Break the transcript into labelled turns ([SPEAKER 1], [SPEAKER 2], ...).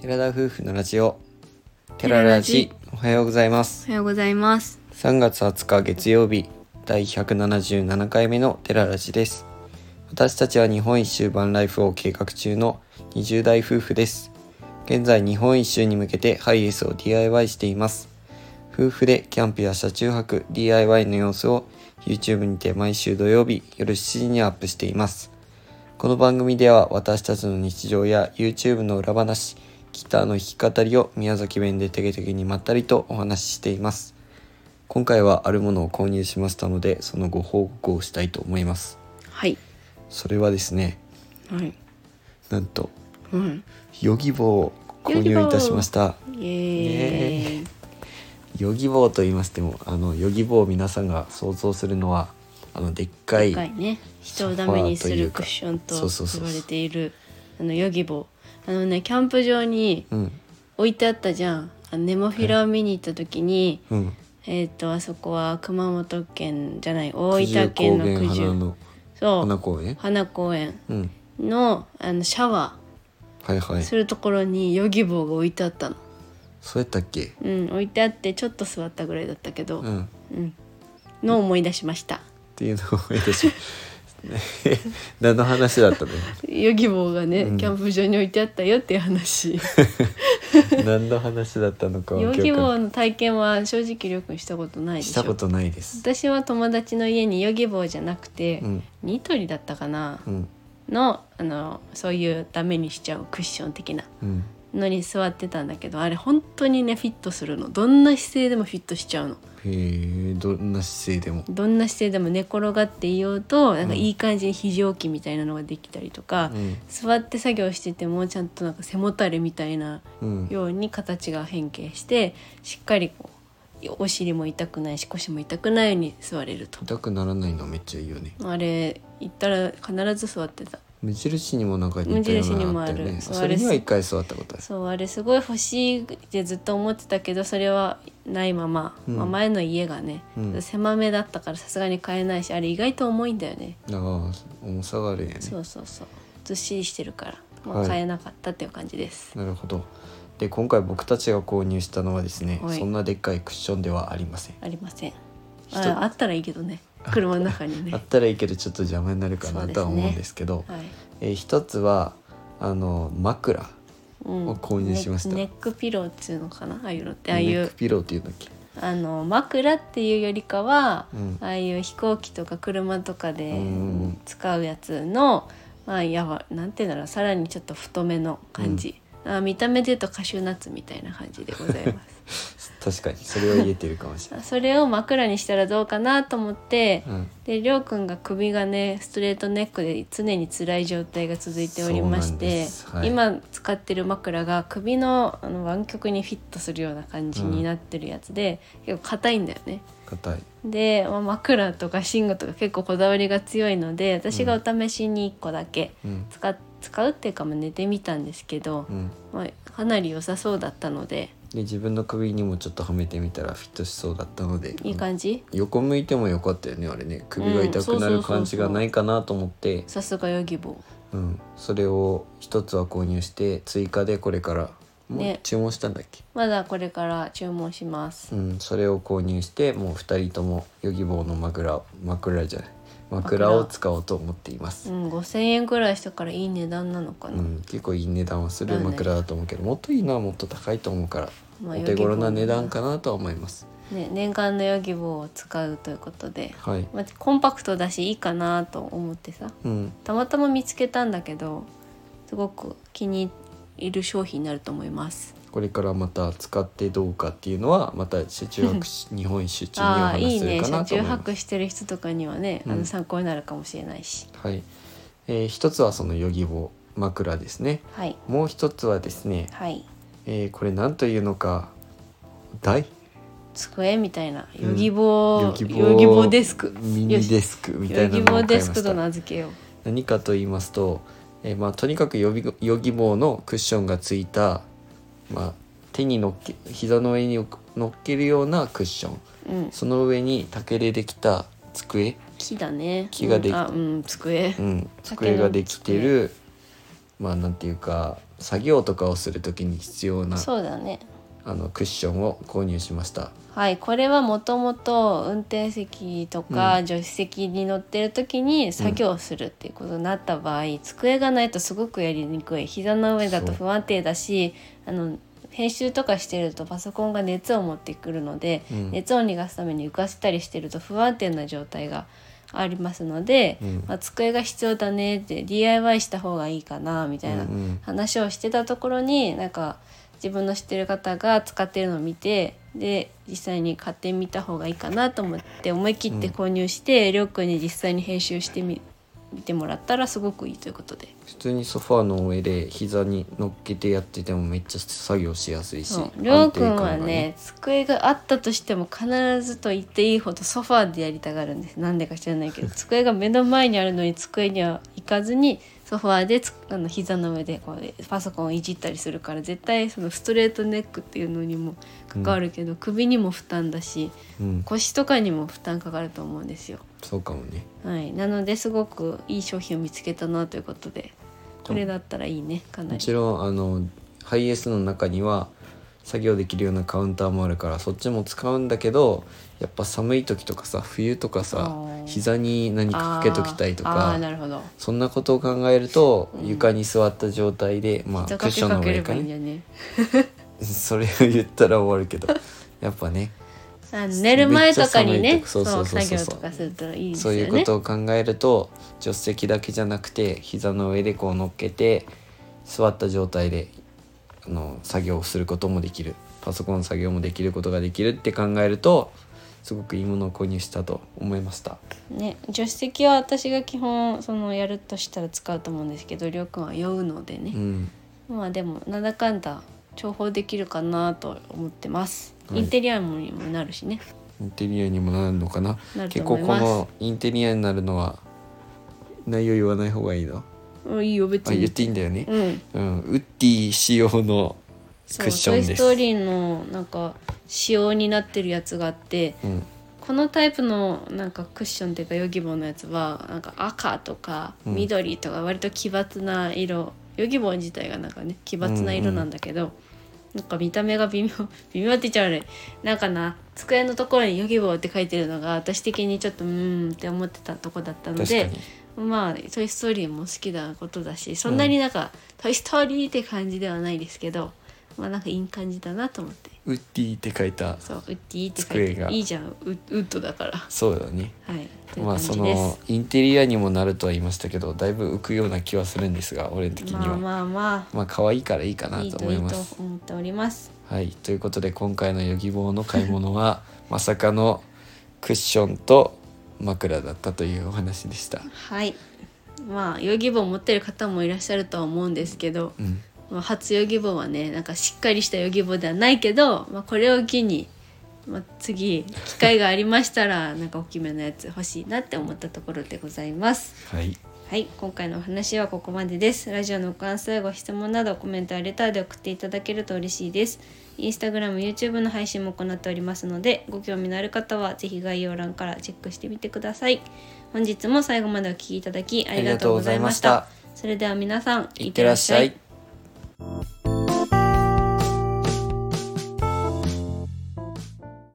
[SPEAKER 1] 寺田夫婦のラジオ寺ラジおはようございます
[SPEAKER 2] おはようございます。
[SPEAKER 1] 3月20日月曜日第177回目の寺ラジです私たちは日本一周バンライフを計画中の20代夫婦です現在日本一周に向けてハイエースを DIY しています夫婦でキャンプや車中泊 DIY の様子を YouTube にて毎週土曜日夜7時にアップしていますこの番組では私たちの日常や YouTube の裏話ギターの弾き語りを宮崎弁でテゲテゲにまったりとお話ししています今回はあるものを購入しましたのでそのご報告をしたいと思います
[SPEAKER 2] はい。
[SPEAKER 1] それはですね
[SPEAKER 2] はい。
[SPEAKER 1] なんと
[SPEAKER 2] うん。
[SPEAKER 1] ヨギボーを購入いたしました
[SPEAKER 2] イエーイ。
[SPEAKER 1] ヨギボーと言いましてもあのヨギボーを皆さんが想像するのはあのでっかい
[SPEAKER 2] 深いね。人をダメにするクッションと
[SPEAKER 1] そうそうそう
[SPEAKER 2] 言われているあのヨギボー。あのねキャンプ場に
[SPEAKER 1] うん
[SPEAKER 2] 置いてあったじゃん。あのネモフィラを見に行った時に、
[SPEAKER 1] うん
[SPEAKER 2] えっ、とあそこは熊本県じゃない
[SPEAKER 1] 九
[SPEAKER 2] 大
[SPEAKER 1] 十
[SPEAKER 2] 分
[SPEAKER 1] 高
[SPEAKER 2] 県の
[SPEAKER 1] 原
[SPEAKER 2] 九
[SPEAKER 1] 花
[SPEAKER 2] 十
[SPEAKER 1] の
[SPEAKER 2] そ
[SPEAKER 1] 花
[SPEAKER 2] う
[SPEAKER 1] 公園
[SPEAKER 2] 花公園
[SPEAKER 1] うん
[SPEAKER 2] のあのシャワ
[SPEAKER 1] はいは
[SPEAKER 2] ー
[SPEAKER 1] い
[SPEAKER 2] するところにヨギボーが置いてあったの。
[SPEAKER 1] そうやったっけ
[SPEAKER 2] うん置いてあってちょっと座ったぐらいだったけど。
[SPEAKER 1] うんっ
[SPEAKER 2] うん、の思い出しました。
[SPEAKER 1] ていうのを思い出し 何の話だったの
[SPEAKER 2] ヨギボーがね、
[SPEAKER 1] うん
[SPEAKER 2] キャンプ場に置いてあったよっていう話。
[SPEAKER 1] 何の話だったのかは
[SPEAKER 2] ヨ
[SPEAKER 1] 記
[SPEAKER 2] ギ
[SPEAKER 1] 憶
[SPEAKER 2] ボ
[SPEAKER 1] な
[SPEAKER 2] ーの体験は正直りょうくんしたことな
[SPEAKER 1] い
[SPEAKER 2] いで
[SPEAKER 1] し
[SPEAKER 2] した
[SPEAKER 1] こ
[SPEAKER 2] ょ。
[SPEAKER 1] とないです
[SPEAKER 2] 私は友達の家にヨギボーじゃなくて、
[SPEAKER 1] うん
[SPEAKER 2] ニトリだったかな
[SPEAKER 1] うん
[SPEAKER 2] のあのそういうダメにしちゃうクッション的な
[SPEAKER 1] うん
[SPEAKER 2] のに座ってたんだけどあれ本当にねフィットするのどんな姿勢でもフィットしちゃうの
[SPEAKER 1] へえどんな姿勢でも
[SPEAKER 2] どんな姿勢でも寝転がっていようとなんかいい感じに非常器みたいなのができたりとか、
[SPEAKER 1] うん
[SPEAKER 2] 座って作業しててもちゃんとなんか背もたれみたいな
[SPEAKER 1] うん
[SPEAKER 2] ように形が変形してしっかりこうお尻も痛くないし腰も痛くないように座れると
[SPEAKER 1] 痛くならないのめっちゃいいよね
[SPEAKER 2] あれ行ったら必ず座ってた
[SPEAKER 1] 無印にもなんか似たようなのあったよ
[SPEAKER 2] 無印にもあ
[SPEAKER 1] ね
[SPEAKER 2] る
[SPEAKER 1] それには一回座ったことある
[SPEAKER 2] そうあれすごい欲しいってずっと思ってたけどそれはないまま、
[SPEAKER 1] うん
[SPEAKER 2] まあ、前の家がね、
[SPEAKER 1] うん
[SPEAKER 2] 狭めだったからさすがに買えないしあれ意外と重いんだよね
[SPEAKER 1] ああ重さがあるんやね
[SPEAKER 2] そうそうそうずっしりしてるから、ま
[SPEAKER 1] は
[SPEAKER 2] あ、
[SPEAKER 1] い
[SPEAKER 2] 買えなかったっていう感じです、
[SPEAKER 1] なるほどで今回僕たちが購入したのはですね
[SPEAKER 2] はい
[SPEAKER 1] そんなでっかいクッションではありません
[SPEAKER 2] ありません
[SPEAKER 1] 一つ
[SPEAKER 2] ああったらいいけどね車の中にね
[SPEAKER 1] あったらいいけどちょっと邪魔になるかなとは思うんですけど
[SPEAKER 2] はい
[SPEAKER 1] えー一つはあの枕
[SPEAKER 2] うん
[SPEAKER 1] を購入しました
[SPEAKER 2] ネネックピローっていうのかなああいうのってあ
[SPEAKER 1] ネ
[SPEAKER 2] あい
[SPEAKER 1] ッ
[SPEAKER 2] う
[SPEAKER 1] クピローっていうんだっけ
[SPEAKER 2] あの枕っていうよりかは、
[SPEAKER 1] うん
[SPEAKER 2] ああいう飛行機とか車とかで
[SPEAKER 1] うんうん
[SPEAKER 2] 使うやつの、まあやばなんていうんだろうさらにちょっと太めの感じ、あ見た目で言うとカシューナッツみたいな感じでございます
[SPEAKER 1] 確かにそれは言えてるかもしれ
[SPEAKER 2] あそれを枕にしたらどうかなと思って、
[SPEAKER 1] ない、うん、
[SPEAKER 2] でりょうくんが首がねストレートネックで常に辛い状態が続いており
[SPEAKER 1] そ
[SPEAKER 2] ま
[SPEAKER 1] うな
[SPEAKER 2] し
[SPEAKER 1] んで
[SPEAKER 2] て、
[SPEAKER 1] すはい
[SPEAKER 2] 今使ってる枕が首のあの湾曲にフィットするような感じになってるやつで、結構硬いんだよね。
[SPEAKER 1] 硬い
[SPEAKER 2] で、まあ、枕とか寝具とか結構こだわりが強いので私がお試しに1個だけ
[SPEAKER 1] うん
[SPEAKER 2] 使,、使うっていうか、まあ、寝てみたんですけど
[SPEAKER 1] う、ん
[SPEAKER 2] まあ、かなり良さそうだったので
[SPEAKER 1] で自分の首にもちょっとはめてみたらフィットしそうだったので
[SPEAKER 2] いい感じ
[SPEAKER 1] 横向いてもよかったよねあれね首が痛くなる感じがないかなと思って
[SPEAKER 2] さすがヨギボー。
[SPEAKER 1] うんそれを一つは購入して追加でこれからもう
[SPEAKER 2] ね
[SPEAKER 1] 注文したんだっけ、
[SPEAKER 2] まだこれから注文します。
[SPEAKER 1] うん、それを購入してもう2人ともヨギボーの枕を枕じゃない枕を使おうと思っています
[SPEAKER 2] う、ん、5000円ぐらいしたからいい値段なのか
[SPEAKER 1] う
[SPEAKER 2] な、
[SPEAKER 1] ん、結構いい値段はする
[SPEAKER 2] だね
[SPEAKER 1] 枕だと思うけどもっといいのはもっと高いと思うから
[SPEAKER 2] まあ
[SPEAKER 1] お手頃な
[SPEAKER 2] ヨギボー
[SPEAKER 1] 値段かなとは思います
[SPEAKER 2] ね、念願のヨギボーを使うということで、
[SPEAKER 1] はい、
[SPEAKER 2] まあ、コンパクトだしいいかなと思ってさ
[SPEAKER 1] うん、
[SPEAKER 2] たまたま見つけたんだけどすごく気に入る商品になると思います
[SPEAKER 1] これからまた使ってどうかっていうのはまた車中泊し日本一周中にお
[SPEAKER 2] ああー
[SPEAKER 1] 話
[SPEAKER 2] い
[SPEAKER 1] し
[SPEAKER 2] い
[SPEAKER 1] す
[SPEAKER 2] ね
[SPEAKER 1] るか
[SPEAKER 2] 車
[SPEAKER 1] なと
[SPEAKER 2] 中
[SPEAKER 1] 思います。
[SPEAKER 2] 泊してる人とかにはね、あ
[SPEAKER 1] うん
[SPEAKER 2] の参考になるかもしれないし
[SPEAKER 1] はい、えー一つはそのヨギボー枕ですね。
[SPEAKER 2] はい
[SPEAKER 1] もう一つはですね、
[SPEAKER 2] はい
[SPEAKER 1] えーこれなんというのか台
[SPEAKER 2] 机みたいな
[SPEAKER 1] うん
[SPEAKER 2] ヨギボー、
[SPEAKER 1] ヨギボー
[SPEAKER 2] ヨギボーデスク
[SPEAKER 1] ミニデ
[SPEAKER 2] よし
[SPEAKER 1] スクみたいな
[SPEAKER 2] ヨギ
[SPEAKER 1] の
[SPEAKER 2] ボ
[SPEAKER 1] を
[SPEAKER 2] ー
[SPEAKER 1] 買
[SPEAKER 2] デ
[SPEAKER 1] い
[SPEAKER 2] ス
[SPEAKER 1] ま
[SPEAKER 2] ク
[SPEAKER 1] し
[SPEAKER 2] と
[SPEAKER 1] た。
[SPEAKER 2] 名付けよう
[SPEAKER 1] 何かと言いますと、えーまあとにかくヨギヨギボーのクッションがついたまあ手にのっけ膝の上に乗っけるようなクッション、
[SPEAKER 2] うん
[SPEAKER 1] その上に竹でできた机。
[SPEAKER 2] 木だね
[SPEAKER 1] 木ができ
[SPEAKER 2] うんあうん机、
[SPEAKER 1] うん、
[SPEAKER 2] 竹の
[SPEAKER 1] 机ができてるまあなんていうか作業とかをする時に必要な
[SPEAKER 2] そうだね
[SPEAKER 1] あのクッションを購入しました
[SPEAKER 2] はいこれはもともと運転席とか助手席に乗ってる時に作業するっていうことになった場合、机がないとすごくやりにくい膝の上だと不安定だしあの編集とかしてるとパソコンが熱を持ってくるので、
[SPEAKER 1] うん
[SPEAKER 2] 熱を逃がすために浮かせたりしてると不安定な状態がありますので、
[SPEAKER 1] うん
[SPEAKER 2] まあ、机が必要だねって DIY した方がいいかなみたいな
[SPEAKER 1] うんうん
[SPEAKER 2] 話をしてたところになんか自分の知ってる方が使ってるのを見てで実際に買ってみた方がいいかなと思って思い切って購入して、りょうくんに実際に編集してみ見てもらったらすごくいいということで
[SPEAKER 1] 普通にソファーの上で膝に乗っけてやっててもめっちゃ作業しやすいし
[SPEAKER 2] そうりょうくん
[SPEAKER 1] 安定
[SPEAKER 2] は
[SPEAKER 1] 感
[SPEAKER 2] ね
[SPEAKER 1] が
[SPEAKER 2] 机があったとしても必ずと言っていいほどソファーでやりたがるんですなんでか知らな いけど机が目の前にあるのに机には行かずにソファーでつあの膝の上でこうパソコンをいじったりするから絶対そのストレートネックっていうのにも関わるけど、首にも負担だし
[SPEAKER 1] うん
[SPEAKER 2] 腰とかにも負担かかると思うんですよ。
[SPEAKER 1] そうかもね
[SPEAKER 2] はい、なのですごくいい商品を見つけたなということでこれだったらいいねかな
[SPEAKER 1] も
[SPEAKER 2] り
[SPEAKER 1] ち。ろんあのハイエースの中には作業できるようなカウンターもあるからそっちも使うんだけどやっぱ寒い時とかさ冬とか
[SPEAKER 2] あ
[SPEAKER 1] さ
[SPEAKER 2] ー
[SPEAKER 1] 膝に何かかけときたいと
[SPEAKER 2] あーあー
[SPEAKER 1] か
[SPEAKER 2] なるほど
[SPEAKER 1] そんなことを考えると、床に座った状態でまあク
[SPEAKER 2] 人
[SPEAKER 1] ッ
[SPEAKER 2] かけ
[SPEAKER 1] ション
[SPEAKER 2] か
[SPEAKER 1] の
[SPEAKER 2] け
[SPEAKER 1] 上
[SPEAKER 2] れ
[SPEAKER 1] か
[SPEAKER 2] ばいいん
[SPEAKER 1] ね
[SPEAKER 2] じゃね
[SPEAKER 1] それを言ったら終わるけどやっぱね
[SPEAKER 2] あ寝る前とか
[SPEAKER 1] め
[SPEAKER 2] に
[SPEAKER 1] っ
[SPEAKER 2] ね
[SPEAKER 1] ちゃ寒いとこ
[SPEAKER 2] そ
[SPEAKER 1] そう
[SPEAKER 2] う
[SPEAKER 1] そうそうそう
[SPEAKER 2] 作業とかするといいです
[SPEAKER 1] そ
[SPEAKER 2] よ
[SPEAKER 1] う
[SPEAKER 2] ね
[SPEAKER 1] いうことを考えると助手席だけじゃなくて膝の上でこう乗っけて座った状態であの作業をすることもできるパソコンの作業もできることができるって考えるとすごくいいものを購入したと思いました
[SPEAKER 2] ね助手席は私が基本そのやるとしたら使うと思うんですけどりょうくんは酔うので
[SPEAKER 1] う
[SPEAKER 2] ね、
[SPEAKER 1] ん
[SPEAKER 2] まあでもなんだかんだ重宝できるかなと思ってます、
[SPEAKER 1] はい
[SPEAKER 2] インテリアにもなるしね
[SPEAKER 1] インテリアにもなるのかな
[SPEAKER 2] なると
[SPEAKER 1] 結構
[SPEAKER 2] 思い
[SPEAKER 1] こ
[SPEAKER 2] ます
[SPEAKER 1] のインテリアになるのは内容言わない方がいいの
[SPEAKER 2] うんいいよ別
[SPEAKER 1] あ言っ
[SPEAKER 2] に
[SPEAKER 1] ていいんだよね、
[SPEAKER 2] うん
[SPEAKER 1] うん、ウッディ仕様の
[SPEAKER 2] そ
[SPEAKER 1] ク
[SPEAKER 2] う
[SPEAKER 1] ッションで
[SPEAKER 2] トイ・ストー
[SPEAKER 1] す
[SPEAKER 2] リー」のなんか仕様になってるやつがあって
[SPEAKER 1] うん
[SPEAKER 2] このタイプのなんかクッションっていうかヨギボーのやつはなんか赤とか
[SPEAKER 1] うん
[SPEAKER 2] 緑とか割と奇抜な色、ヨギボー自体がなんかね奇抜な色なんだけど、なんか見た目が微妙 微妙って言っちゃ悪いなんかな机のところにヨギボーって書いてるのが私的にちょっとうーんって思ってたとこだったの
[SPEAKER 1] 確か
[SPEAKER 2] で
[SPEAKER 1] に
[SPEAKER 2] まあ「トイ・ストーリー」も好きなことだしそんなになんか「トイ・ストーリー」って感じではないですけどまあなんかいい感じだなと思って。
[SPEAKER 1] ウッディって書いた
[SPEAKER 2] そうウッディって書い
[SPEAKER 1] 机が
[SPEAKER 2] ていいじゃんウッウッドだから
[SPEAKER 1] そうだね
[SPEAKER 2] はい、という
[SPEAKER 1] ま
[SPEAKER 2] 感
[SPEAKER 1] あそ
[SPEAKER 2] じで
[SPEAKER 1] の
[SPEAKER 2] す。
[SPEAKER 1] インテリアにもなるとは言いましたけどだいぶ浮くような気はするんですが俺的には、
[SPEAKER 2] まあ
[SPEAKER 1] まあ
[SPEAKER 2] まあま
[SPEAKER 1] 可愛いからいいか
[SPEAKER 2] あ、
[SPEAKER 1] ない
[SPEAKER 2] い
[SPEAKER 1] と
[SPEAKER 2] と
[SPEAKER 1] 思
[SPEAKER 2] い
[SPEAKER 1] い
[SPEAKER 2] い
[SPEAKER 1] ま
[SPEAKER 2] と
[SPEAKER 1] す。
[SPEAKER 2] 思っております。
[SPEAKER 1] はいということで今回のヨギボーの買い物は まさかのクッションと枕だったというお話でした。
[SPEAKER 2] はい。まあ、ヨギボー持ってる方もいらっしゃるとは思うんですけど、
[SPEAKER 1] うん、
[SPEAKER 2] まあ、初ヨギボーはね、なんかしっかりしたヨギボーではないけど、まあ、これを機に、まあ、次、機会がありましたら、なんか大きめのやつ欲しいなって思ったところでございます。
[SPEAKER 1] はい
[SPEAKER 2] はい、今回のお話はここまでです。ラジオの感想、ご質問などコメントやレターで送っていただけると嬉しいです。インスタグラム、YouTube の配信も行っておりますので、ご興味のある方はぜひ概要欄からチェックしてみてください。本日も最後までお聴きいただきありがとうございまし
[SPEAKER 1] あ
[SPEAKER 2] た。
[SPEAKER 1] りがとうござい
[SPEAKER 2] それでは皆さん、
[SPEAKER 1] いってらっしゃい